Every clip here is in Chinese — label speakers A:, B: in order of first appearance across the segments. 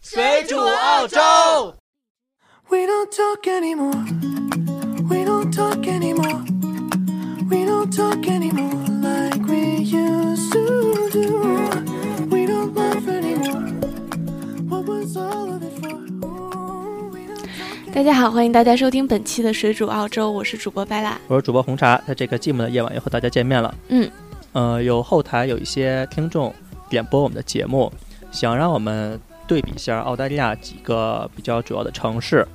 A: 水煮澳洲。
B: We don't talk anymore. We don't talk anymore. We don't talk anymore like we used to do. We don't laugh anymore. What was all of it for? Ooh, we don't talk
C: 大家好，欢迎大家收听本期的《水煮澳洲》，我是主播白拉。
A: 我是主播红茶，在这个寂寞的夜晚又和大家见面了。
C: 嗯，
A: 呃，有后台有一些听众点播我们的节目，想让我们对比一下澳大利亚几个比较主要的城市，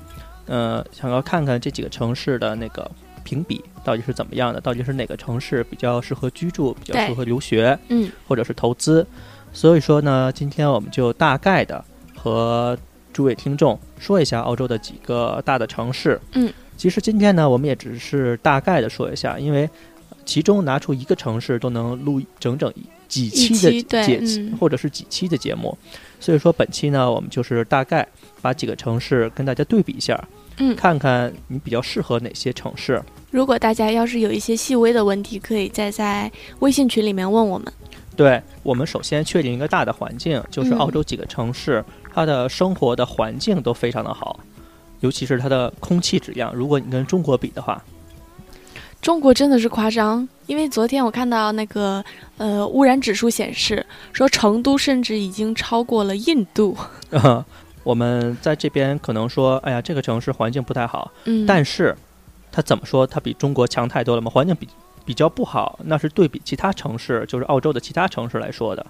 A: 呃，想要看看这几个城市的那个评比到底是怎么样的，到底是哪个城市比较适合居住，比较
C: 对
A: 适合留学，
C: 嗯，
A: 或者是投资。所以说呢，今天我们就大概的和诸位听众说一下澳洲的几个大的城市。
C: 嗯，
A: 其实今天呢，我们也只是大概的说一下，因为其中拿出一个城市都能录整整几
C: 一
A: 期的
C: 期对
A: 节，
C: 嗯
A: 或者是几期的节目。所以说本期呢，我们就是大概把几个城市跟大家对比一下，
C: 嗯
A: 看看你比较适合哪些城市。
C: 如果大家要是有一些细微的问题，可以再在微信群里面问我们。
A: 对我们首先确定一个大的环境，就是
C: 嗯
A: 澳洲几个城市，它的生活的环境都非常的好，尤其是它的空气质量。如果你跟中国比的话，
C: 中国真的是夸张，因为昨天我看到那个呃污染指数显示，说成都甚至已经超过了印度。
A: 我们在这边可能说，哎呀，这个城市环境不太好，
C: 嗯，
A: 但是它怎么说，它比中国强太多了嘛？环境比比较不好，那是对比其他城市，就是澳洲的其他城市来说的。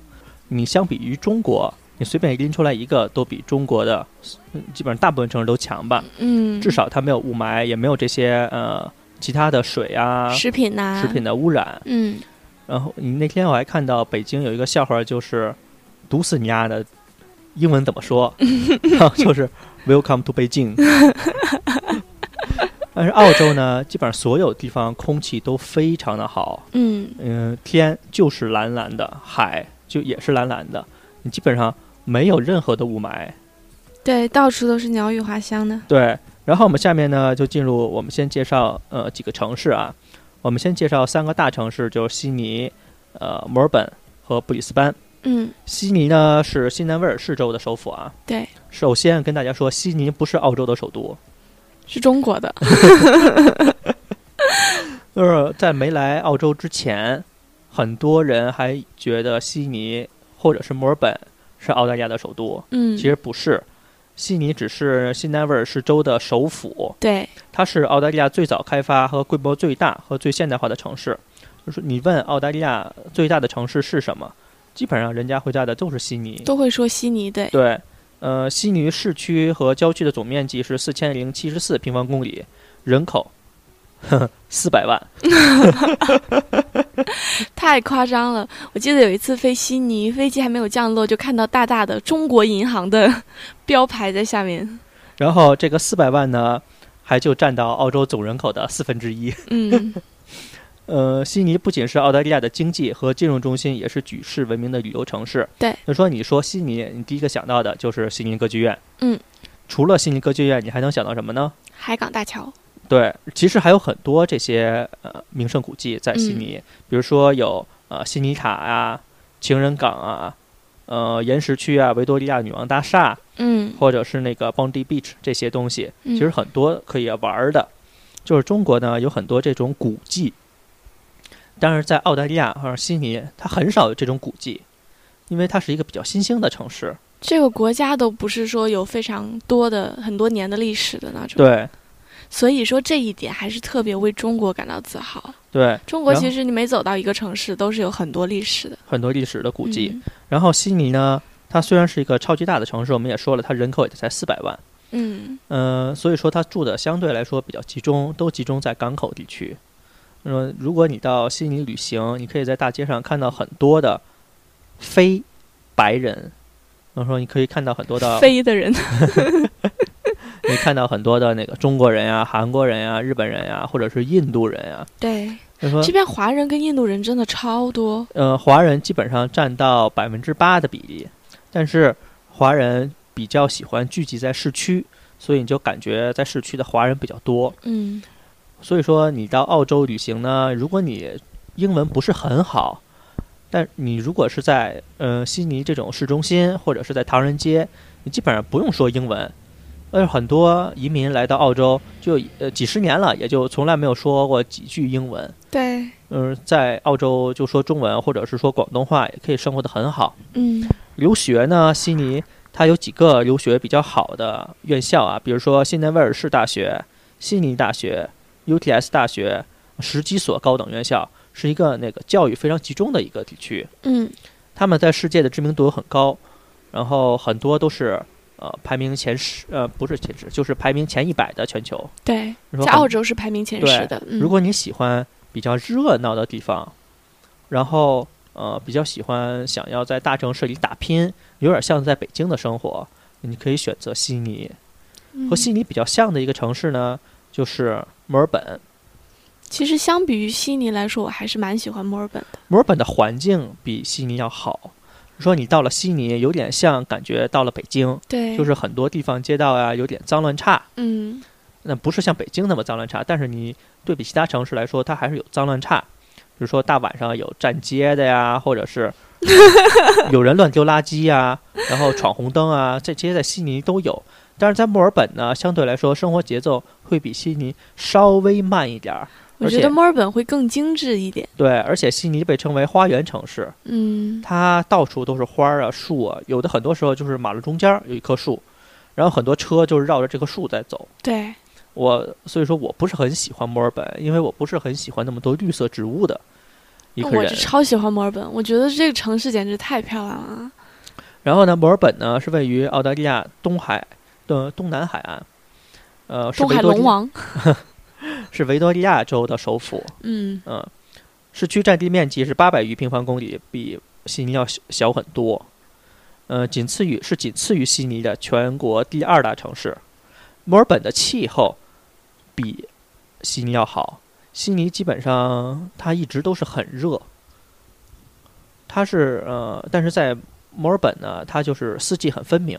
A: 你相比于中国，你随便拎出来一个，都比中国的嗯基本上大部分城市都强吧。
C: 嗯，
A: 至少它没有雾霾，也没有这些呃其他的水啊、
C: 食品呐、
A: 食品的污染。
C: 嗯，
A: 然后你那天我还看到北京有一个笑话，就是“毒死你丫的”，英文怎么说？然后就是 “Welcome to Beijing”。但是澳洲呢，基本上所有地方空气都非常的好，
C: 嗯
A: 嗯、天就是蓝蓝的，海就也是蓝蓝的，你基本上没有任何的雾霾。
C: 对，到处都是鸟语花香的。
A: 对，然后我们下面呢就进入我们先介绍呃几个城市啊，我们先介绍三个大城市，就是悉尼、呃墨尔本和布里斯班。
C: 嗯，
A: 悉尼呢是新南威尔士州的首府啊。
C: 对，
A: 首先跟大家说，悉尼不是澳洲的首都，
C: 是中国的。
A: 就是在没来澳洲之前，很多人还觉得悉尼或者是墨尔本是澳大利亚的首都，
C: 嗯，
A: 其实不是，悉尼只是新南威尔士州的首府。
C: 对，
A: 它是澳大利亚最早开发和规模最大和最现代化的城市。就是你问澳大利亚最大的城市是什么，基本上人家回答的都是悉尼。
C: 都会说悉尼。对，
A: 对，呃，悉尼市区和郊区的总面积是四千零七十四平方公里，人口四百万。
C: 太夸张了！我记得有一次飞悉尼，飞机还没有降落，就看到大大的中国银行的 标牌在下面。
A: 然后这个四百万呢，还就占到澳洲总人口的四分之一。
C: 嗯
A: 呃，悉尼不仅是澳大利亚的经济和金融中心，也是举世闻名的旅游城市。
C: 对，
A: 就说你说悉尼，你第一个想到的就是悉尼歌剧院。
C: 嗯，
A: 除了悉尼歌剧院，你还能想到什么呢？
C: 海港大桥，
A: 对，其实还有很多这些呃名胜古迹在悉
C: 嗯
A: 尼，比如说有呃悉尼塔啊、情人港啊、呃岩石区啊、维多利亚女王大厦，
C: 嗯，
A: 或者是那个 Bondi Beach 这些东西。
C: 其
A: 其实很多可以玩儿的。就是中国呢有很多这种古迹，但是在澳大利亚或者悉尼，它很少有这种古迹，因为它是一个比较新兴的城市。
C: 这个国家都不是说有非常多的很多年的历史的那种。，
A: 对
C: 所以说这一点还是特别为中国感到自豪。
A: 对，
C: 中国
A: 然后
C: 其实你每走到一个城市，都是有很多历史的。
A: 很多历史的古迹。
C: 嗯
A: 然后悉尼呢，它虽然是一个超级大的城市，我们也说了，它人口也才四百万，
C: 嗯，
A: 嗯、所以说它住的相对来说比较集中，都集中在港口地区。那么如果你到悉尼旅行，你可以在大街上看到很多的非白人，然后说你可以看到很多的，
C: 飞的人，
A: 你看到很多的那个中国人呀、韩国人呀、日本人呀，或者是印度人呀。
C: 对，
A: 他说
C: 这，边华人跟印度人真的超多。
A: 呃，华人基本上占到百分之八的比例，但是华人比较喜欢聚集在市区，所以你就感觉在市区的华人比较多。
C: 嗯，
A: 所以说，你到澳洲旅行呢，如果你英文不是很好，但你如果是在呃悉尼这种市中心，或者是在唐人街，你基本上不用说英文。而很多移民来到澳洲就呃几十年了，也就从来没有说过几句英文。
C: 对，
A: 嗯、在澳洲就说中文或者是说广东话，也可以生活的很好。
C: 嗯
A: 留学呢，悉尼它有几个留学比较好的院校啊，比如说新南威尔士大学、悉尼大学、UTS 大学、十几所高等院校，是一个那个教育非常集中的一个地区。
C: 嗯
A: 他们在世界的知名度很高，然后很多都是呃排名前十，呃不是前十，就是排名前一百的全球。
C: 对，
A: 你说
C: 在
A: 很
C: 澳洲是排名前十的。嗯
A: 如果你喜欢比较热闹的地方，然后呃比较喜欢想要在大城市里打拼，有点像在北京的生活，你可以选择悉尼。和
C: 嗯
A: 悉尼比较像的一个城市呢，就是墨尔本。
C: 其实相比于悉尼来说，我还是蛮喜欢墨尔本的。
A: 墨尔本的环境比悉尼要好。你说你到了悉尼，有点像感觉到了北京，
C: 对，
A: 就是很多地方街道啊有点脏乱差。
C: 嗯
A: 那不是像北京那么脏乱差，但是你对比其他城市来说，它还是有脏乱差。比如说大晚上有站街的呀，或 者是有人乱丢垃圾呀，然后闯红灯啊，这些在悉尼都有。但是在墨尔本呢，相对来说生活节奏会比悉尼稍微慢一点儿。
C: 我觉
A: 而且
C: 得墨尔本会更精致一点。
A: 对，而且悉尼被称为花园城市，
C: 嗯
A: 它到处都是花儿啊、树啊，有的很多时候就是马路中间儿有一棵树，然后很多车就是绕着这棵树在走。
C: 对，
A: 我所以说我不是很喜欢墨尔本，因为我不是很喜欢那么多绿色植物的一
C: 那
A: 个
C: 我
A: 人
C: 是。超喜欢墨尔本，我觉得这个城市简直太漂亮了。
A: 然后呢，墨尔本呢是位于澳大利亚东海的东南海岸，呃，是
C: 东
A: 维
C: 海
A: 多利
C: 龙王，
A: 是维多利亚州的首府，
C: 嗯
A: 嗯、市区占地面积是八百余平方公里，比悉尼要小小很多，呃，仅次于是仅次于悉尼的全国第二大城市。墨尔本的气候比悉尼要好，悉尼基本上它一直都是很热，它是呃，但是在墨尔本呢，它就是四季很分明，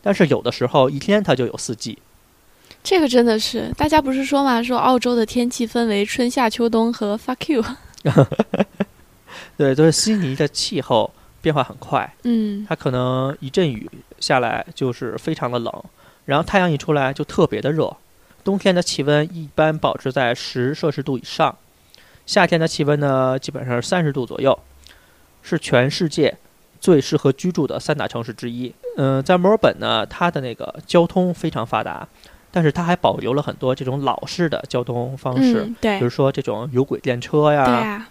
A: 但是有的时候一天它就有四季，
C: 这个真的是，大家不是说嘛，说澳洲的天气分为春夏秋冬和 fuck you。
A: 对，就是悉尼的气候变化很快。
C: 嗯，
A: 它可能一阵雨下来就是非常的冷，然后太阳一出来就特别的热。冬天的气温一般保持在十摄氏度以上，夏天的气温呢基本上是三十度左右，是全世界最适合居住的三大城市之一。嗯、在墨尔本呢，它的那个交通非常发达，但是它还保留了很多这种老式的交通方式，
C: 嗯，
A: 比
C: 对
A: 如，说这种有轨电车呀，
C: 对啊，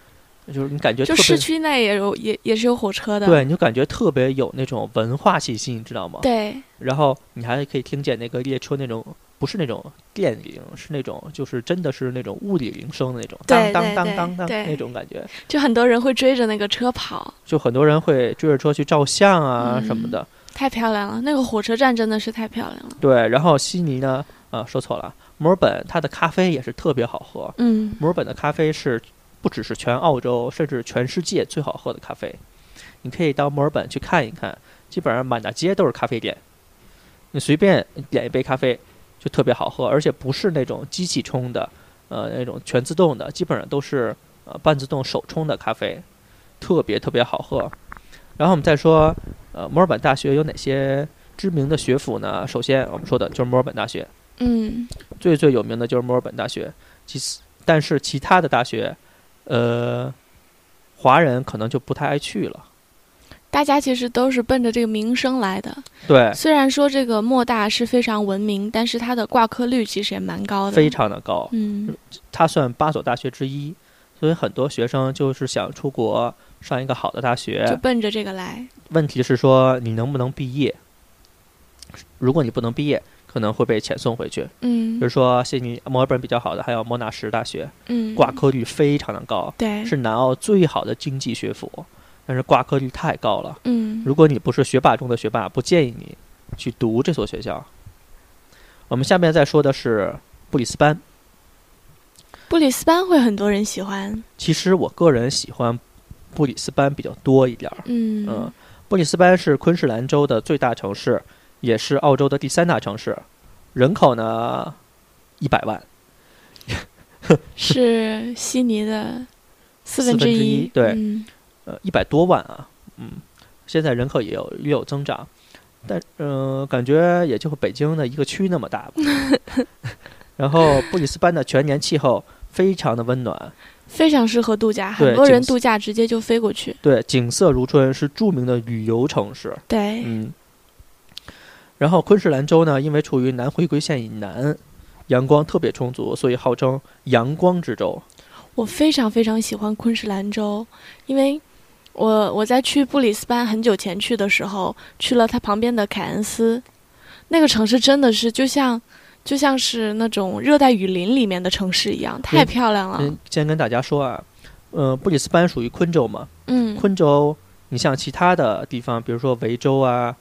A: 就是你感觉特
C: 就
A: 别
C: 市区内也有也也是有火车的。
A: 对，你就感觉特别有那种文化气息，你知道吗？
C: 对
A: 然后你还可以听见那个列车那种不是那种电铃，是那种就是真的是那种物理铃声的那种当
C: 对
A: 当
C: 对
A: 当
C: 对
A: 当当
C: 对
A: 那种感觉，
C: 就很多人会追着那个车跑，
A: 就很多人会追着车去照相啊什么的。
C: 太漂亮了。那个火车站真的是太漂亮了。
A: 对，然后悉尼呢，啊说错了，墨尔本它的咖啡也是特别好喝，
C: 嗯，
A: 墨尔本的咖啡是不只是全澳洲，甚至全世界最好喝的咖啡。你可以到墨尔本去看一看，基本上满大街都是咖啡店，你随便点一杯咖啡就特别好喝，而且不是那种机器冲的，呃，那种全自动的，基本上都是呃半自动手冲的咖啡，特别特别好喝。然后我们再说，呃，墨尔本大学有哪些知名的学府呢？首先我们说的就是墨尔本大学，
C: 嗯，
A: 最最有名的就是墨尔本大学，其次但是其他的大学，呃，华人可能就不太爱去了。
C: 大家其实都是奔着这个名声来的。
A: 对，
C: 虽然说这个莫大是非常闻名，但是它的挂科率其实也蛮高的。
A: 非常的高，
C: 嗯
A: 它算八所大学之一，所以很多学生就是想出国上一个好的大
C: 就
A: 学。
C: 奔着这个来。
A: 问题是说你能不能毕业？如果你不能毕业，可能会被遣送回去。比
C: 嗯
A: 如说悉尼、墨尔本比较好的，还有莫纳什大学，
C: 嗯，
A: 挂科率非常的高，
C: 对
A: 是南澳最好的经济学府，但是挂科率太高了。
C: 嗯
A: 如果你不是学霸中的学霸，不建议你去读这所学校。我们下面再说的是布里斯班。
C: 布里斯班会很多人喜欢。
A: 其实我个人喜欢布里斯班比较多一点儿。
C: 嗯
A: 嗯，布里斯班是昆士兰州的最大城市，也是澳洲的第三大城市，人口呢一百万，
C: 是悉尼的四分
A: 四分之
C: 一
A: 一。对
C: 嗯
A: 呃，一百多万啊，嗯，现在人口也有也有增长。但嗯、呃感觉也就北京的一个区那么大吧。然后布里斯班的全年气候非常的温暖，
C: 非常适合度假，
A: 对
C: 很多人
A: 景色
C: 度假直接就飞过去。
A: 对，景色如春，是著名的旅游城市。
C: 对，
A: 嗯，然后昆士兰州呢，因为处于南回归线以南，阳光特别充足，所以号称“阳光之州
C: 我非常非常喜欢昆士兰州，因为我我在去布里斯班很久前去的时候，去了它旁边的凯恩斯，那个城市真的是就像就像是那种热带雨林里面的城市一样，太漂亮”。了
A: 先。先跟大家说啊，呃，布里斯班属于昆州嘛，
C: 嗯，
A: 昆州，你像其他的地方，比如说维州啊，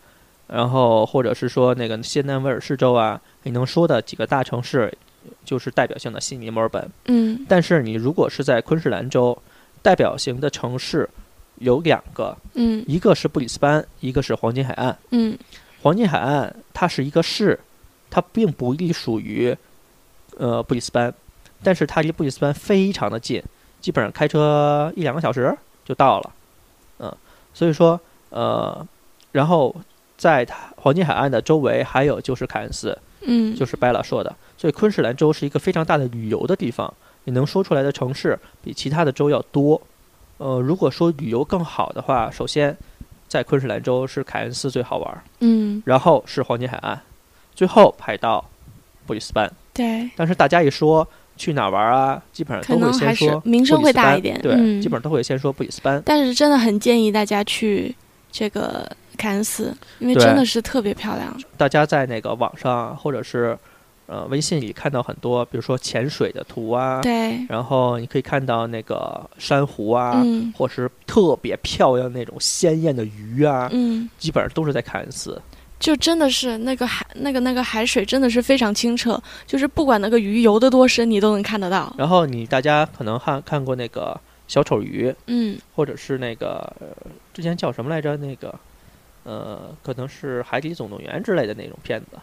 A: 然后或者是说那个新南威尔士州啊，你能说的几个大城市，就是代表性的悉尼、墨尔本。
C: 嗯，
A: 但是你如果是在昆士兰州，代表型的城市有两个，
C: 嗯，
A: 一个是布里斯班，一个是黄金海岸。
C: 嗯，
A: 黄金海岸它是一个市，它并不隶属于呃布里斯班，但是它离布里斯班非常的近，基本上开车一两个小时就到了，嗯，所以说呃，然后在它黄金海岸的周围还有就是凯恩斯，
C: 嗯，
A: 就是白老说的，所以昆士兰州是一个非常大的旅游的地方，你能说出来的城市比其他的州要多。呃，如果说旅游更好的话，首先在昆士兰州是凯恩斯最好玩儿，
C: 嗯，
A: 然后是黄金海岸，最后排到布里斯班。
C: 对，
A: 但是大家一说去哪儿玩啊，基本
C: 可
A: 上都会
C: 能还
A: 先
C: 是
A: 说
C: 名
A: 布
C: 声
A: 里
C: 会
A: 斯
C: 大
A: 班
C: 一点，
A: 对，
C: 嗯
A: 基本上都会先说布里斯班。
C: 但是真的很建议大家去这个凯恩斯，因为
A: 对
C: 真的是特别漂亮。
A: 大家在那个网上或者是呃微信里看到很多，比如说潜水的图啊，
C: 对，
A: 然后你可以看到那个珊瑚啊，
C: 嗯
A: 或是特别漂亮那种鲜艳的鱼啊，
C: 嗯，
A: 基本上都是在凯恩斯。
C: 就真的是那个海那个那个海水真的是非常清澈，就是不管那个鱼游得多深，你都能看得到。
A: 然后你大家可能看看过那个小丑鱼，
C: 嗯，
A: 或者是那个、呃之前叫什么来着？那个呃，可能是《海底总动员》之类的那种片子。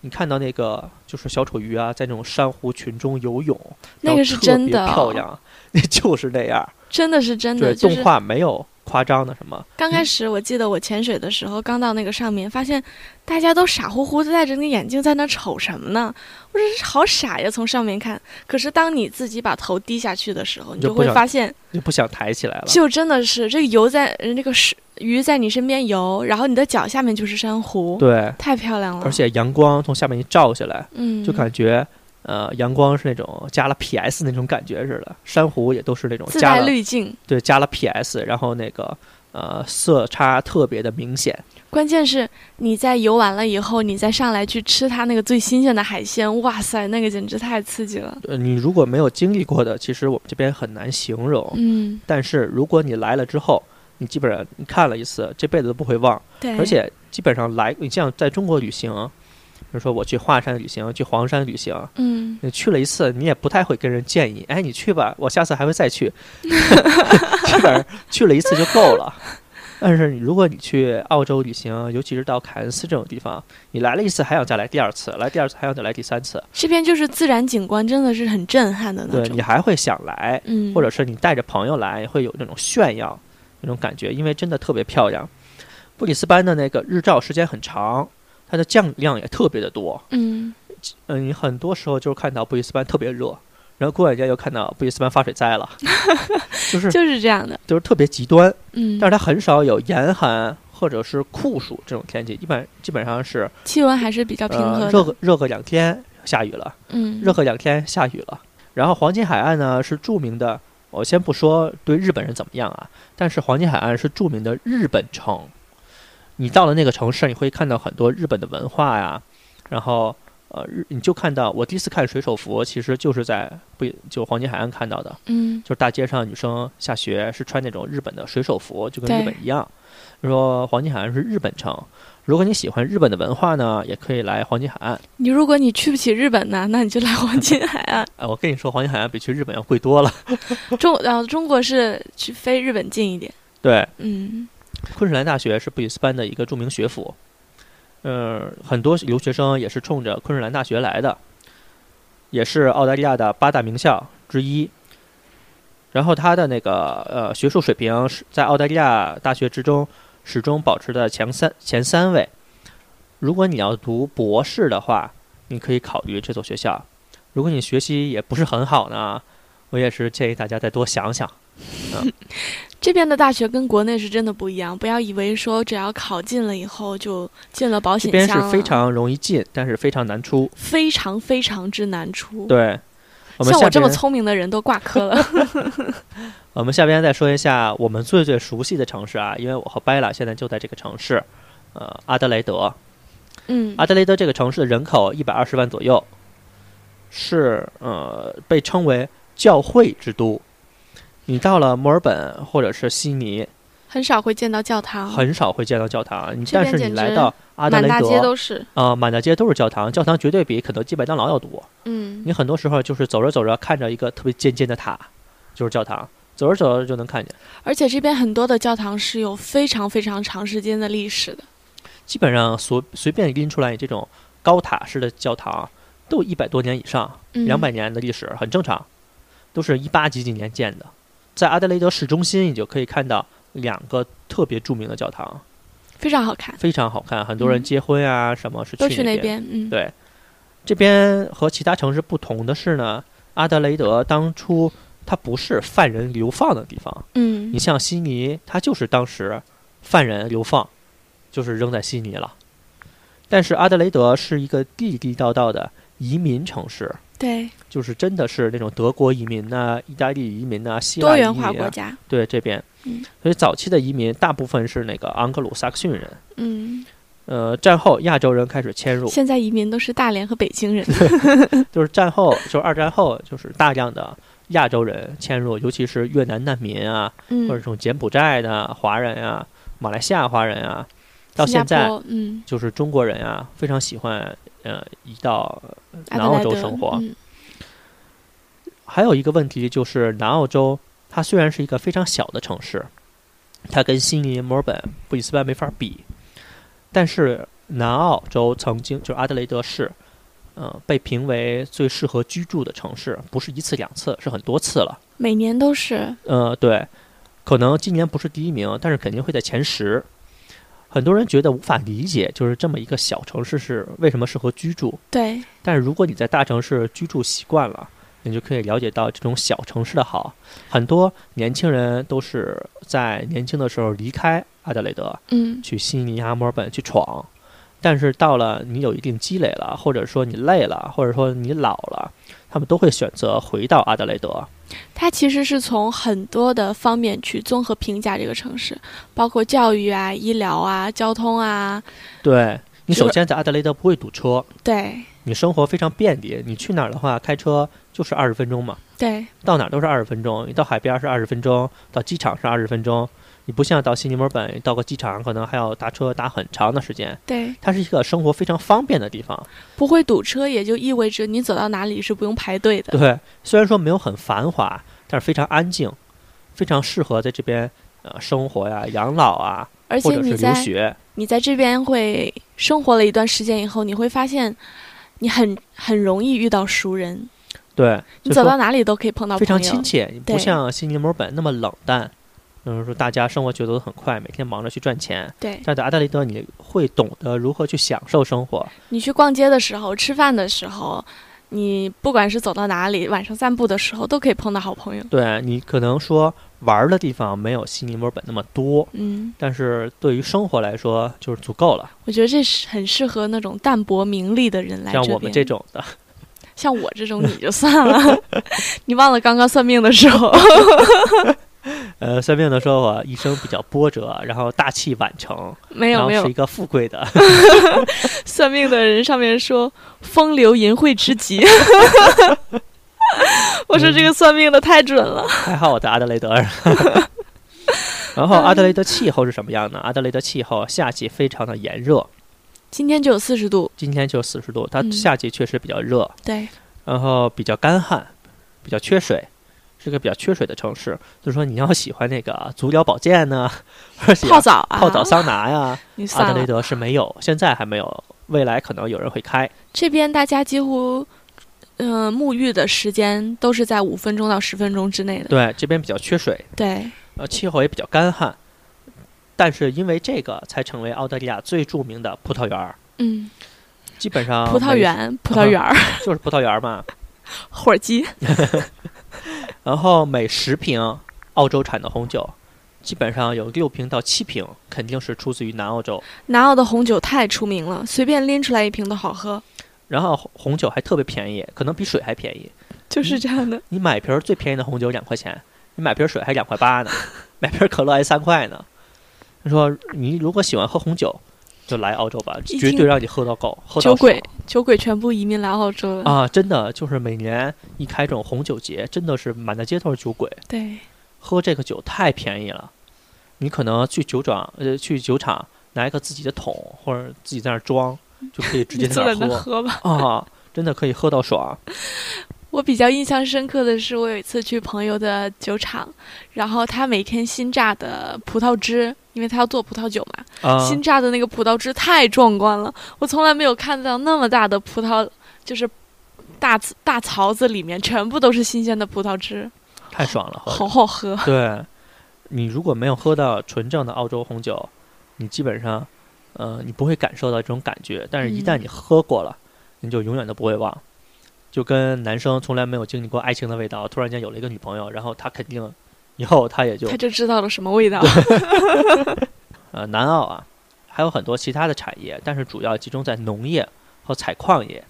A: 你看到那个就是小丑鱼啊，在那种珊瑚群中游泳，
C: 那个是真的
A: 然后特别漂亮，那就是那样。
C: 真的是真的，
A: 对，
C: 就
A: 动
C: 是
A: 画嗯没有夸张的什么。
C: 刚开始我记得我潜水的时候，刚到那个上面，发现大家都傻乎乎的戴着那个眼镜在那瞅什么呢？我说好傻呀，从上面看。可是当你自己把头低下去的时候，你
A: 就
C: 就
A: 不
C: 会
A: 想
C: 发现，
A: 就不想抬起来了。
C: 就真的是这个游在呃这个水鱼在你身边游，然后你的脚下面就是珊瑚，
A: 对，
C: 太漂亮了。
A: 而，且阳光从下面一照下来，
C: 嗯，
A: 就感觉呃阳光是那种加了 PS 那种感觉似的，珊瑚也都是那种
C: 自
A: 加
C: 带
A: 了
C: 滤镜，
A: 对加了 PS，然后那个呃色差特别的明显。
C: 关键是你在游完了以后，你再上来去吃它那个最新鲜的海鲜，哇塞，那个简直太刺激了。
A: 呃，你如果没有经历过的，其实我们这边很难形容。
C: 嗯，
A: 但是如果你来了之后，你基本上你看了一次，这辈子都不会忘。
C: 对，
A: 而且基本上来，你像在中国旅行，比如说我去华山旅行，去黄山旅行，
C: 嗯，
A: 你去了一次，你也不太会跟人建议，哎，你去吧，我下次还会再 去。基本上去了一次就够了。但是你如果你去澳洲旅行，尤其是到凯恩斯这种地方，你来了一次还想再来第二次，来第二次还想再来第三次，
C: 这边就是自然景观，真的是很震撼的那
A: 对
C: 种
A: 你。还会想来，
C: 嗯，
A: 或者是你带着朋友来，会有那种炫耀那种感觉，因为真的特别漂亮。布里斯班的那个日照时间很长，它的降雨量也特别的多，
C: 嗯，
A: 嗯，你很多时候就是看到布里斯班特别热，然后过两天又看到布里斯班发水灾 了，就是
C: 就是这样的。
A: 就是特别极端，
C: 嗯
A: 但，是它很少有严寒或者是酷暑这种天气，一般基本上是
C: 气温还是比较平和的。
A: 呃热个热个两天下雨了，
C: 嗯，
A: 热个两天下雨了。然后黄金海岸呢是著名的，我先不说对日本人怎么样啊，但是黄金海岸是著名的日本城。你到了那个城市，你会看到很多日本的文化呀，然后呃，日你就看到我第一次看水手服，其实就是在不就黄金海岸看到的，
C: 嗯
A: 就是大街上女生下学是穿那种日本的水手服，就跟
C: 对
A: 日本一样。就说黄金海岸是日本城，如果你喜欢日本的文化呢，也可以来黄金海岸。
C: 你如果你去不起日本呢，那你就来黄金海岸。
A: 哎，我跟你说，黄金海岸比去日本要贵多了。
C: 中呃，中国是去飞日本近一点。
A: 对，
C: 嗯
A: 昆士兰大学是布里斯班的一个著名学府，呃，很多留学生也是冲着昆士兰大学来的，也是澳大利亚的八大名校之一。然后它的那个呃学术水平是在澳大利亚大学之中始终保持在前三前三位，如果你要读博士的话，你可以考虑这所学校；如果你学习也不是很好呢，我也是建议大家再多想啊想。
C: 这边的大学跟国内是真的不一样，不要以为说只要考进了以后就进了保
A: 这
C: 险
A: 边
C: 箱
A: 是
C: 了，
A: 非常容易进，但是非常难出。
C: 非常非常之难出。，
A: 对，我们
C: 像
A: 下
C: 我这么
A: 边
C: 聪明的人都挂科 了。
A: 我们下边再说一下我们最最熟悉的城市啊，因为我和贝拉现在就在这个城市，呃，阿德雷德。
C: 嗯，
A: 阿德雷德这个城市的人口一百二十万左右，是呃被称为教会之都。你到了墨尔本或者是悉尼，
C: 很少会见到教堂，
A: 很少会见到教堂。你
C: 啊这
A: 但
C: 边
A: 是你
C: 简
A: 来
C: 直
A: 到阿德
C: 满
A: 雷
C: 大街
A: 德，
C: 都是。
A: 啊、满大街都是教堂，教堂绝对比肯德基、麦当劳要多。
C: 嗯，
A: 你很多时候就是走着走着看着一个特别尖尖的塔，就是教堂，走着走着就能看见。
C: 而且这边很多的教堂是有非常非常长时间的历史的。
A: 基本上随随便拎出来这种高塔式的教堂，都有一百多年以上。
C: 嗯，
A: 两百年的历史很正常，都是一八几几年建的。在阿德雷德市中心，你就可以看到两个特别著名的教堂，
C: 嗯非常好看，
A: 非常好看，很多人
C: 嗯
A: 结婚啊、什么是
C: 都
A: 去
C: 去那
A: 边。
C: 边。嗯，
A: 对这边和其他城市不同的是呢，阿德雷德当初它不是犯人流放的地方，
C: 嗯
A: 你，像悉尼，它就是当时犯人流放，就是扔在悉尼了。但是阿德雷德是一个地地道道的移民城市，
C: 对，
A: 就是真的是那种德国移民呐、意大利移民呐、希腊
C: 多
A: 移
C: 元化
A: 民、
C: 国
A: 啊，
C: 家。
A: 对这边
C: 嗯，
A: 所以早期的移民大部分是那个盎格鲁撒克逊人。
C: 嗯，
A: 呃，战后亚洲人开始迁入，
C: 现在移民都是大连和北 京人。
A: 就是战后，就是二战后，就是大量的亚洲人迁入，尤其是越南难民啊，
C: 嗯
A: 或者，这种柬埔寨的华人啊、马来西亚华人啊，到
C: 新加
A: 现在
C: 坡，嗯，
A: 就是中国人啊，非常喜欢呃移到
C: 阿
A: 南
C: 德
A: 澳
C: 莱
A: 洲
C: 德
A: 生活
C: 嗯
A: 还有一个问题就是，南澳洲它虽然是一个非常小的城市，它跟悉尼、墨尔本、布里斯班没法比，但是南澳洲曾经就是阿德雷德市，呃，被评为最适合居住的城市，不是一次两次，是很多次了。
C: 每年都是，
A: 呃，对，可能今年不是第一名，但是肯定会在前十。很多人觉得无法理解，就是这么一个小城市是为什么适合居住，
C: 对，
A: 但是如果你在大城市居住习惯了，你就可以了解到这种小城市的好。很多年轻人都是在年轻的时候离开阿德雷德，
C: 嗯，
A: 去悉尼啊、墨尔本去闯。但是到了你有一定积累了，或者说你累了，或者说你老了，他们都会选择回到阿德雷德。
C: 它其实是从很多的方面去综合评价这个城市，包括教育啊、医疗啊、交通啊，
A: 对你
C: 就是
A: 首先在阿德雷德不会堵车，
C: 对
A: 你生活非常便利。你去哪儿的话，开车就是二十分钟嘛。
C: 对，
A: 到哪儿都是二十分钟，你到海边儿是二十分钟，到机场是二十分钟。你不像到悉尼、墨尔本，你到个机场可能还要搭车搭很长的时间。
C: 对，
A: 它是一个生活非常方便的地方。
C: 不会堵车，也就意味着你走到哪里是不用排队的。
A: 对，虽然说没有很繁华，但是非常安静，非常适合在这边呃生活呀、养老啊，
C: 而
A: 或
C: 且
A: 者
C: 你
A: 是留
C: 在
A: 学。
C: 你在这边会生活了一段时间以后，你会发现，你很很容易遇到熟人，
A: 对，
C: 你
A: 就
C: 走
A: 说
C: 到哪里都可以碰到
A: 非常
C: 啊朋友
A: 亲。切，你不
C: 对
A: 像悉尼、墨尔本那么冷淡。嗯，说大家生活节奏都很快，每天忙着去赚钱。
C: 对
A: 但在阿德雷德，你会懂得如何去享受生活。
C: 你去逛街的时候、吃饭的时候，你不管是走到哪里，晚上散步的时候都可以碰到好朋友。
A: 对你可能说玩儿的地方没有悉尼、墨尔本那么多，
C: 嗯，
A: 但是对于生活来说就是足够了。
C: 我觉得这是很适合那种淡泊名利的人来
A: 像
C: 边。
A: 我们这，种的，
C: 像我这种你就算 了，你忘了刚刚算命的时候。
A: 呃，算命的说我一生比较波折，然后大器晚成，
C: 没
A: 然
C: 有
A: 后
C: 没有
A: 是一，个富贵的。
C: 算命的人上面说风流淫秽之 极。我说这个算命的太准了。
A: 还好我在阿德雷德。 然后阿德雷德气候是什么样呢？阿德雷德气候夏季非常的炎热，
C: 今天只有四十度，
A: 今天就四十度，它
C: 嗯
A: 夏季确实比较热，
C: 对，
A: 然后比较干旱，比较缺水，是个比较缺水的城市。就是说你要喜欢那个啊足疗保健呢，而且
C: 泡澡啊，
A: 泡澡、啊桑拿呀、
C: 你
A: 阿
C: 算
A: 德雷
C: 了。
A: 德是没有，现在还没有，未来可能有人会开。
C: 这边大家几乎，嗯、沐浴的时间都是在五分钟到十分钟之内的。
A: 对，这边比较缺水，
C: 对，
A: 呃，气候也比较干旱，但是因为这个才成为澳大利亚最著名的葡萄园儿。
C: 嗯，
A: 基本上
C: 葡萄
A: 啊没
C: 园，葡萄园儿，
A: 就是葡萄园嘛。
C: 火鸡，
A: 然后每十瓶澳洲产的红酒，基本上有六瓶到七瓶肯定是出自于南澳洲。
C: 南澳的红酒太出名了，随便拎出来一瓶都好喝，
A: 然后红红酒还特别便宜，可能比水还便宜。嗯
C: 就是这样的。
A: 你买瓶儿最便宜的红酒两块钱，你买瓶儿水还两块八呢，买瓶儿可乐还三块呢。他说你如果喜欢喝红酒，就来澳洲吧，
C: 一
A: 绝
C: 听
A: 对让你喝到够，喝到
C: 酒
A: 爽
C: 鬼，酒鬼全部移民来澳洲了。
A: 啊！真的就是每年一开这种红酒节，真的是满大街都是酒鬼，
C: 对，
A: 喝这个酒太便宜了。你可能去酒厂，呃，去酒厂拿一个自己的桶或者自己在那儿装，就可以直
C: 你
A: 接
C: 坐
A: 在
C: 在
A: 那
C: 那
A: 儿
C: 喝吧。
A: 喝啊，真的可以喝到爽。
C: 我比较印象深刻的是，我有一次去朋友的酒厂，然后他每天新榨的葡萄汁，因为他要做葡萄酒嘛，
A: 啊、
C: 新榨的那个葡萄汁太壮观了，我从来没有看到那么大的葡萄，就是大子大槽子里面全部都是新鲜的葡萄汁，
A: 太爽了，喝着
C: 好好喝。
A: 对，你如果没有喝到纯正的澳洲红酒，你基本上，呃，你不会感受到这种感觉。但是，一旦
C: 嗯
A: 你喝过了，你就永远都不会忘。就跟男生从来没有经历过爱情的味道，突然间有了一个女朋友，然后他肯定以后他也就
C: 他就知道了什么 味道。
A: 呃南澳啊，还有很多其他的产业，但是主要集中在农业和采矿业。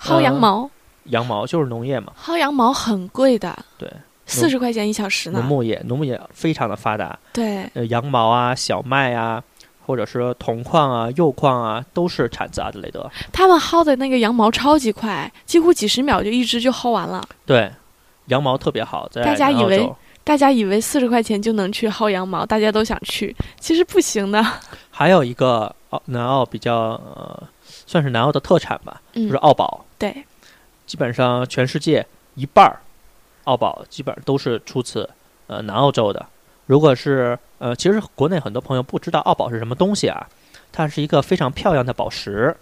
C: 薅羊
A: 嗯
C: 毛，
A: 羊毛就是农业嘛，
C: 薅羊毛很贵的，
A: 对，
C: 四十块钱一小时
A: 农
C: 呢。
A: 牧业，农牧业非常的发达，
C: 对，
A: 呃，羊毛啊、小麦啊，或者是铜矿啊、铀矿啊，都是产自阿德雷德。
C: 他们薅的那个羊毛超级快，几乎几十秒就一只就薅完了。
A: 对，羊毛特别好，在
C: 大家
A: 南
C: 以
A: 澳
C: 为
A: 洲
C: 大家以为四十块钱就能去薅羊毛，大家都想去，其实不行的。
A: 啊还有一个澳南澳比较呃，算是南澳的特产吧，就
C: 嗯
A: 是，澳宝。
C: 对，
A: 基本上全世界一半儿澳宝基本上都是出自呃南澳洲的。如果是呃，其实国内很多朋友不知道澳宝是什么东西啊，它是一个非常漂亮的宝石，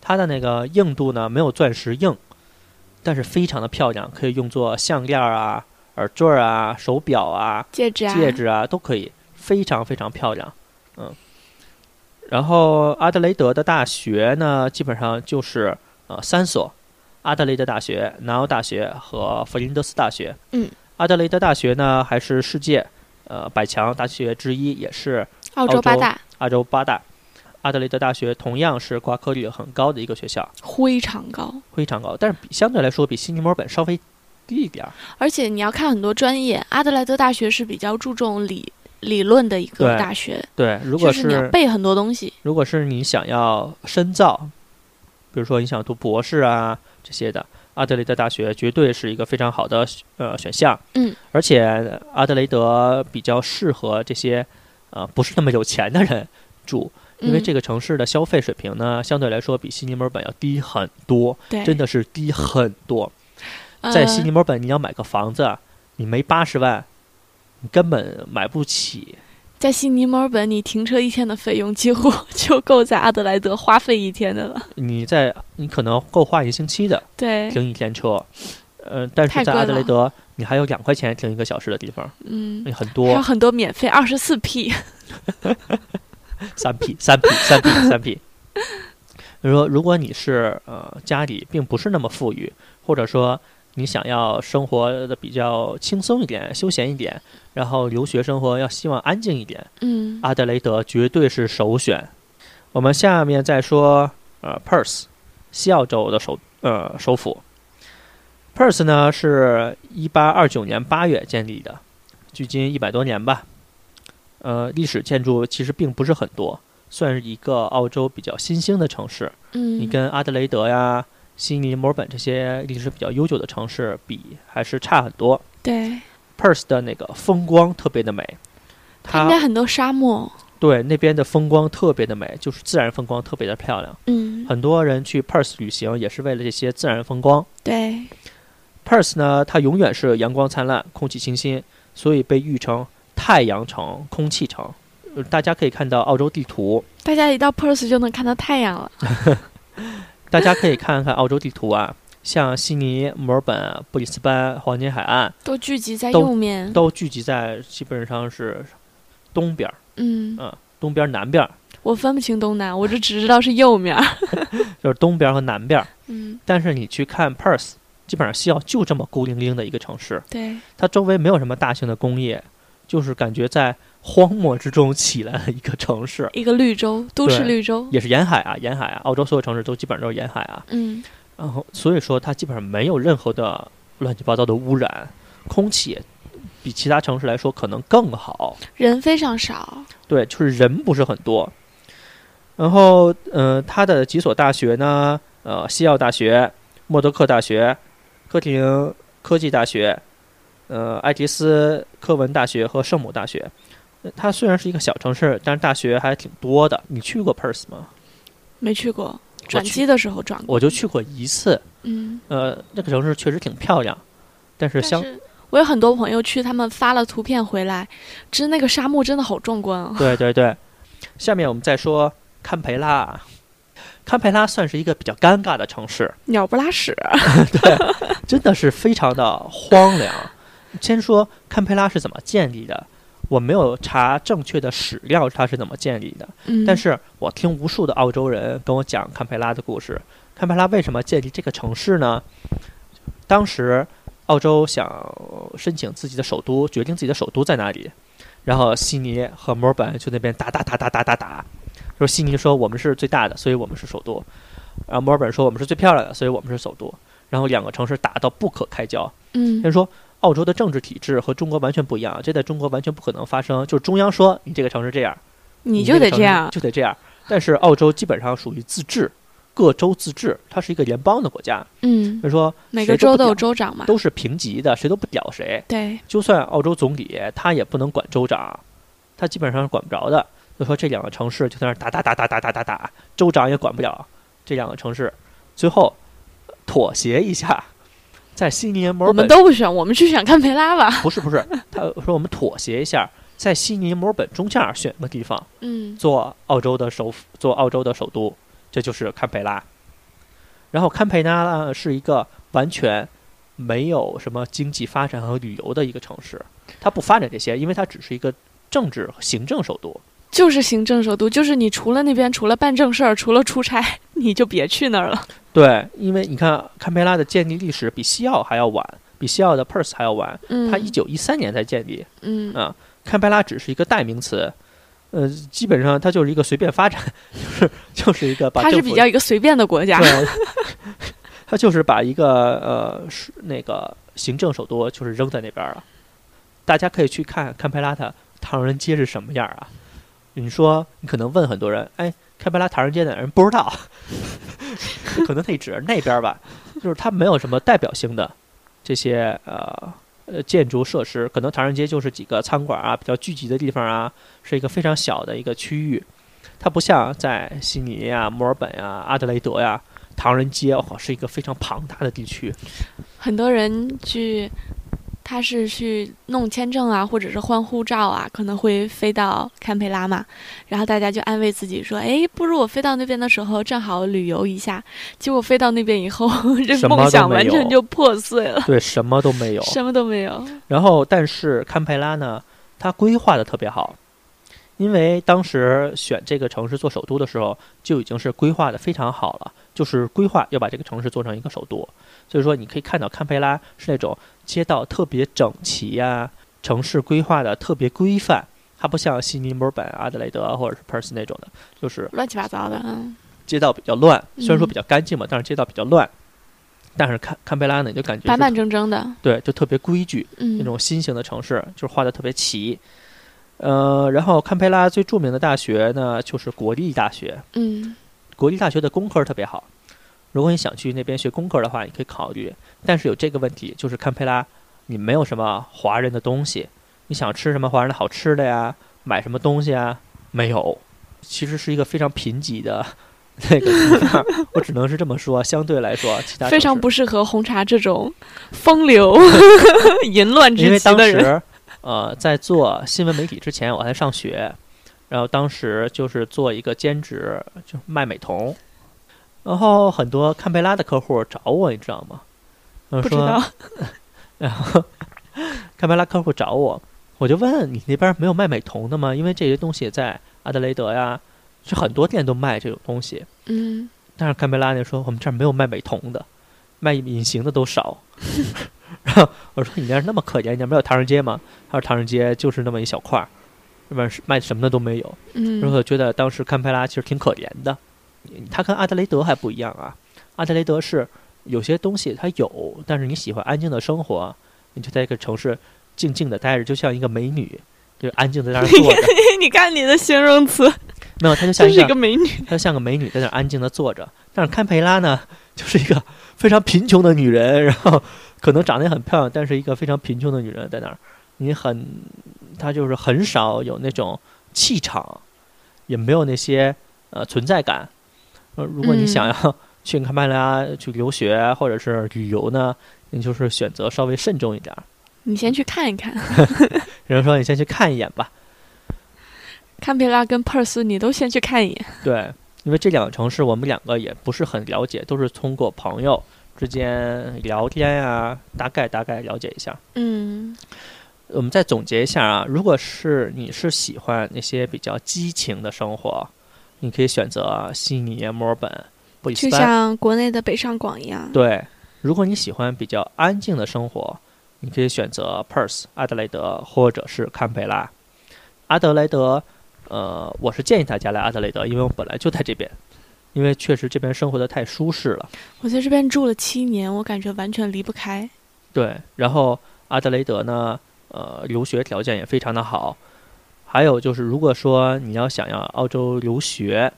A: 它的那个硬度呢没有钻石硬，但是非常的漂亮，可以用作项链儿啊、耳坠儿啊、手表啊、
C: 戒指啊，
A: 戒指啊都可以，非常非常漂亮，嗯。然后阿德雷德的大学呢，基本上就是呃三所：阿德雷德大学、南澳大学和弗林德斯大学。
C: 嗯，
A: 阿德雷德大学呢还是世界呃百强大学之一，也是
C: 澳洲八大
A: 亚洲八大。阿德雷德大学同样是挂科率很高的一个学校，
C: 非常高。
A: 非常高，但是比相对来说比悉尼、墨尔本稍微低一点儿。
C: 而且你要看很多专业，阿德莱德大学是比较注重理理论的一个
A: 对
C: 大学，
A: 对，如果
C: 就是你要背很多东西。
A: 如果是你想要深造，比如说你想读博士啊这些的，阿德雷德大学绝对是一个非常好的呃选项。
C: 嗯，
A: 而且阿德雷德比较适合这些呃不是那么有钱的人住，因为这
C: 个、
A: 个城市的消费水平呢，相对来说比悉尼、墨尔本要低很多，
C: 对
A: 真的是低很多。在悉尼、
C: 呃、
A: 墨尔本，你要买个房子，啊你没八十万，你根本买不起。
C: 在悉尼、墨尔本，你停车一天的费用几乎 就够在阿德莱德花费一天的了。
A: 你在你可能够花一个星期的，
C: 对，
A: 停一天车，呃，但
C: 哎太
A: 是在
C: 贵
A: 阿德雷
C: 了
A: 德，你还有两块钱停一个小时的地 方，
C: 嗯，
A: 那很
C: 还有
A: 多，
C: 很多免费二十四 P，
A: 三 P 三 P 三 P 三 P。就是说，如果你是呃家里并不是那么富裕，或者说你想要生活的比较轻松一点、休闲一点，然后留学生活要希望安静一点，
C: 嗯，
A: 阿德雷德绝对是首选。我们下面再说，呃，Perth，西澳洲的首呃首府。Perth 呢是一八二九年八月建立的，距今一百多年吧。呃，历史建筑其实并不是很多，算是一个澳洲比较新兴的城市。
C: 嗯，
A: 你跟阿德雷德呀、悉尼、墨尔本这些历史比较悠久的城市比，还是差很多。
C: 对，
A: Perth 的那个风光特别的美，它
C: 应该很多沙漠，
A: 对，那边的风光特别的美，就是自然风光特别的漂亮。
C: 嗯，
A: 很多人去 Perth 旅行也是为了这些自然风光。
C: 对，
A: Perth 呢，它永远是阳光灿烂，空气清新，所以被誉成“太阳城”“空气城”呃。大家可以看到澳洲地图，
C: 大家一到 Perth 就能看到太阳了。
A: 大家可以看看澳洲地图啊，像悉尼、墨尔本、布里斯班、黄金海岸
C: 都聚集在
A: 都
C: 右面，
A: 都聚集在基本上是东边儿、
C: 嗯，
A: 东边儿、南边儿，
C: 我分不清东南，我就只知道是右面儿。
A: 就是东边和南边。
C: 嗯，
A: 但是你去看 Perth，基本上西澳就这么孤零零的一个城市，
C: 对，
A: 它周围没有什么大型的工业，就是感觉在荒漠之中起来的一个城市，
C: 一个绿洲，都市
A: 对
C: 绿洲。
A: 也是沿海啊，沿海啊，澳洲所有城市都基本上都是沿海啊。
C: 嗯，
A: 然后所以说它基本上没有任何的乱七八糟的污染，空气也比其他城市来说可能更好。
C: 人非常少。
A: 对，就是人不是很多。然后，呃，它的几所大学呢，呃，西澳大学、默多克大学、科廷科技大学、呃，爱迪斯科文大学和圣母大学。呃它虽然是一个小城市，但是大学还挺多的。你去过 Perth 吗？
C: 没去过，转
A: 去
C: 机的时候转过。
A: 我就去过一次。
C: 嗯，
A: 呃，那个城市确实挺漂亮，但是
C: 但
A: 相
C: 是我有很多朋友去，他们发了图片回来，真那个沙漠真的好壮观哦。
A: 对对对，下面我们再说堪培拉。堪培拉算是一个比较尴尬的城市，
C: 鸟不拉屎。
A: 真的是非常的荒凉。先说堪培拉是怎么建立的，我没有查正确的史料，它是怎么建立的。
C: 嗯，
A: 但是我听无数的澳洲人跟我讲堪培拉的故事。堪培拉为什么建立这个城市呢？当时澳洲想申请自己的首都，决定自己的首都在哪里，然后悉尼和墨尔本就那边打打打打打打打，说悉尼说我们是最大的，所以我们是首都，然后墨尔本说我们是最漂亮的，所以我们是首都，然后两个城市打到不可开交，
C: 嗯
A: 先说澳洲的政治体制和中国完全不一样，这在中国完全不可能发生。就是中央说你这个城市这样，
C: 你
A: 这
C: 就
A: 个
C: 得
A: 城
C: 这
A: 市
C: 样。
A: 就得这样。但是澳洲基本上属于自治，各州自治，它是一个联邦的国家，
C: 嗯
A: 所，以说
C: 每个
A: 谁都
C: 州
A: 不
C: 都有
A: 屌
C: 州长嘛。
A: 都是平级的，谁都不屌谁。
C: 对，
A: 就算澳洲总理，他也不能管州长，他基本上是管不着的。就说这两个城市就在那儿打打打打打打打打，州长也管不了这两个城市，最后呃妥协一下，在悉尼、墨
C: 我
A: 尔
C: 们
A: 本
C: 都不选，我们去选堪培拉吧。
A: 不是不是，他说我们妥协一下，在悉尼、墨尔本中间儿选个地方
C: 嗯
A: 做澳洲的首府，做澳洲的首都，这就是堪培拉。然后堪培拉呢是一个完全没有什么经济发展和旅游的一个城市，它不发展这些，因为它只是一个政治和行政首都。，
C: 就是行政首都，就是你除了那边除了办正事儿，除了出差， 你就别去那儿了。
A: 对，因为你看堪培拉的建立历史比西澳还要晚，比西澳的 Perth 还要晚，
C: 嗯，
A: 它一九一三年才建立。
C: 嗯
A: 啊堪培拉只是一个代名词，呃，基本上它就是一个随便发展， 就是就是一个把
C: 它是
A: 政府
C: 比较一个随便的国家。
A: 对， 它就是把一个呃是那个行政首都就是扔在那边儿了。大家可以去看堪培拉的唐人街是什么样儿啊？你说你可能问很多人，哎，堪培拉唐人街哪儿人不知道？ 可能那指着那边儿吧，就是它没有什么代表性的这些呃呃建筑设施，可能唐人街就是几个餐馆啊，比较聚集的地方啊，是一个非常小的一个区域。它不像在悉尼呀、墨尔本呀、啊阿德雷德呀、唐人街，哇，是一个非常庞大的地区。
C: 很多人去，他是去弄签证啊，或者是换护照啊，可能会飞到堪培拉嘛。然后大家就安慰自己说：“哎，不如我飞到那边的时候正好旅游一下。” 结果飞到那边以后，这
A: 什么
C: 梦
A: 都
C: 想
A: 没
C: 完全
A: 有
C: 就破碎了，
A: 对，什么都没有。
C: 什么都没有。
A: 然后，但是堪培拉呢，它规划的特别好，因为当时选这个城市做首都的时候，就已经是规划的非常好了，就是规划要把这个城市做成一个首都。所以说，你可以看到堪培拉是那种街道特别整齐呀、城市规划的特别规范，它不像悉尼、墨尔本、啊阿德雷德或者是 Perth 那种的，就是
C: 乱七八糟的，嗯，
A: 街道比较乱，虽然说
C: 嗯
A: 比较干净吧，但是街道比较乱。但是堪堪培拉呢，你就感觉
C: 板
A: 是
C: 板正正的，
A: 对，就特别规矩，
C: 嗯，
A: 那种新型的城市，就是画的特别齐。呃，然后堪培拉最著名的大学呢，就是国立大学。
C: 嗯
A: 国立大学的工科特别好，如果你想去那边学工科的话，你可以考虑。但是有这个问题，就是堪培拉你没有什么华人的东西，你想吃什么华人的好吃的呀，买什么东西啊，没有。其实是一个非常贫瘠的 那个地方，我只能是这么说。相对来说，其他
C: 非
A: 城
C: 常
A: 市
C: 不适合红茶这种风 流淫乱
A: 因为
C: 之极
A: 当
C: 的人。
A: 时，呃，在做新闻媒体之前，我还上学，然后当时就是做一个兼职，就是卖美瞳，然后很多堪培拉的客户找我，你知道吗？嗯，
C: 不知
A: 说，
C: 道，
A: 然后 堪培拉客户找我，我就问你那边没有卖美瞳的吗？因为这些东西在阿德雷德呀、是很多店都卖这种东西。
C: 嗯，
A: 但是堪培拉那说我们这儿没有卖美瞳的，卖隐形的都 少。然后我说你那儿那么可怜，你那儿没有唐人街吗？他说唐人街就是那么一小块儿，那边是卖什么的都没有。
C: 嗯，
A: 然后我觉得当时堪培拉其实挺可怜的，他跟阿德雷德还不一样啊。阿德雷德是有些东西他有，但是你喜欢安静的生活，你就在一个城市静静的待着，就像一个美女，就是安静地在那儿坐 着。
C: 你看你的形容词，
A: 没有，他就像
C: 真
A: 一
C: 是
A: 个
C: 一个美女。
A: 她就像个美女在那儿安静的坐着。但是堪培拉呢，就是一个非常贫穷的女人，然后可能长得也很漂亮，但是一个非常贫穷的女人在那儿，你很，她就是很少有那种气场，也没有那些呃存在感。呃，如果你
C: 嗯
A: 想要去堪培拉去留学或者是旅游呢，你就是选择稍微慎重一点儿。
C: 你先去看一看，
A: 有人说你先去看一眼吧，
C: 堪培拉跟珀斯，你都先去看一眼。
A: 对，因为这两个城市我们两个也不是很了解，都是通过朋友之间聊天呀、大概大概了解一下。
C: 嗯
A: 我们再总结一下啊，如果是你是喜欢那些比较激情的生活，你可以选择悉尼、啊墨尔本、布里斯
C: 就
A: 班。
C: 像国内的北上广一样。
A: 对，如果你喜欢比较安静的生活，你可以选择 Perth、阿德莱德或者是堪培拉。阿德莱德，呃，我是建议大家来阿德莱德，因为我本来就在这边，因为确实这边生活的太舒适了。
C: 我在这边住了七年，我感觉完全离不开。
A: 对，然后阿德雷德呢，呃，留学条件也非常的好。还有就是，如果说你要想要澳洲留学，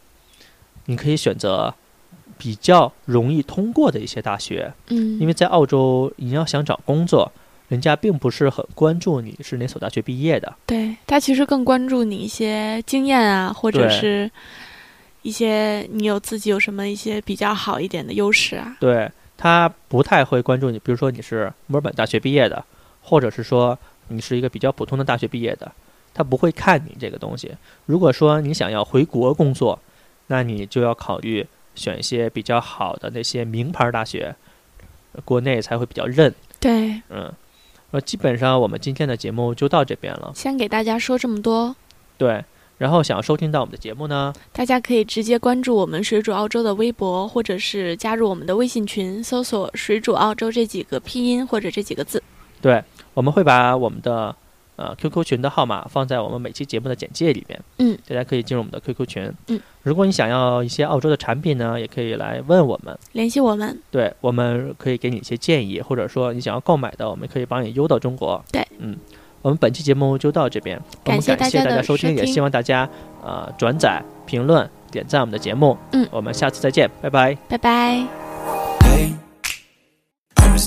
A: 你可以选择比较容易通过的一些大学，
C: 嗯，
A: 因为在澳洲你要想找工作，人家并不是很关注你是哪所大学毕业的。
C: 对他其实更关注你一些经验啊，或者
A: 对
C: 是一些你有自己有什么一些比较好一点的优势啊。
A: 对他不太会关注你，比如说你是墨尔本大学毕业的，或者是说你是一个比较普通的大学毕业的，他不会看你这个东西。如果说你想要回国工作，那你就要考虑选一些比较好的那些名牌大学，国内才会比较认。
C: 对，
A: 嗯，呃，基本上我们今天的节目就到这边了。
C: 先给大家说这么多，
A: 对，然后想要收听到我们的节目呢，
C: 大家可以直接关注我们水煮澳洲的微博，或者是加入我们的微信群，搜索“水煮澳洲”这几个拼音或者这几个字。
A: 对，我们会把我们的呃 QQ 群的号码放在我们每期节目的简介里面。
C: 嗯，
A: 大家可以进入我们的 QQ 群。
C: 嗯，
A: 如果你想要一些澳洲的产品呢，也可以来问我们。
C: 联系我们，
A: 对，我们可以给你一些建议，或者说你想要购买的，我们可以帮你邮到中国。
C: 对，
A: 嗯，我们本期节目就到这边，我
C: 感
A: 们
C: 谢
A: 感
C: 大
A: 谢
C: 家
A: 大家
C: 的
A: 收
C: 收
A: 听，也
C: 听
A: 希望大家呃转载、评论、点赞我们的节目。
C: 嗯
A: 我们下次再见，拜拜。
C: 拜拜。
D: Hey, I was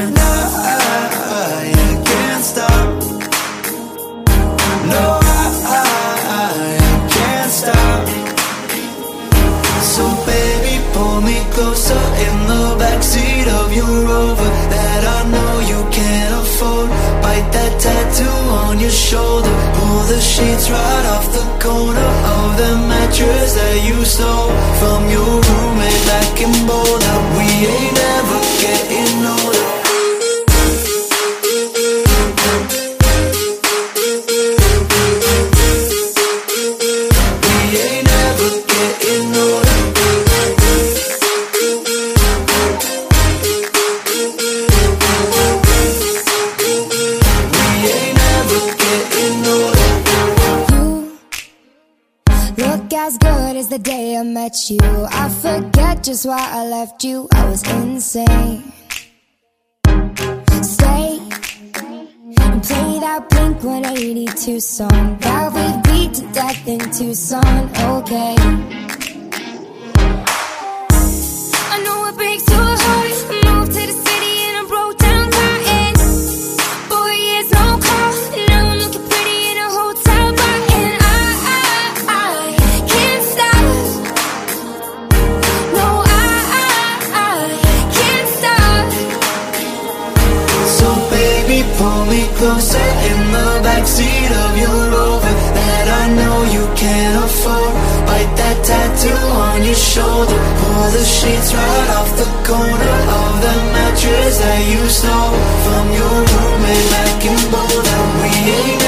D: and I, I can't stop. No, I, I, I can't stop. So baby, pull me closer in the backseat of your Rover that I know you can't afford. Bite that tattoo on your shoulder. Pull the sheets right off the corner of the mattress that you stole from your roommate back in Boulder. We ain't ever getting older. We ain't ever getting older. We ain't ever getting older.
E: You look as good as the day I met you. I forget just why I left you. I was insane. Stay and play that Blink 182 song that we beat to death in Tucson. Okay. I know it breaks your heart. Moved to the city and I broke down crying. Four years, no call. Now I'm looking pretty in a hotel bar, and I, I, I can't stop.
D: Pull me closer in the backseat of your rover that I know you can't afford. Bite that tattoo on your shoulder. Pull the sheets right off the corner of the mattress that you stole from your roommate back in Boulder. We ain't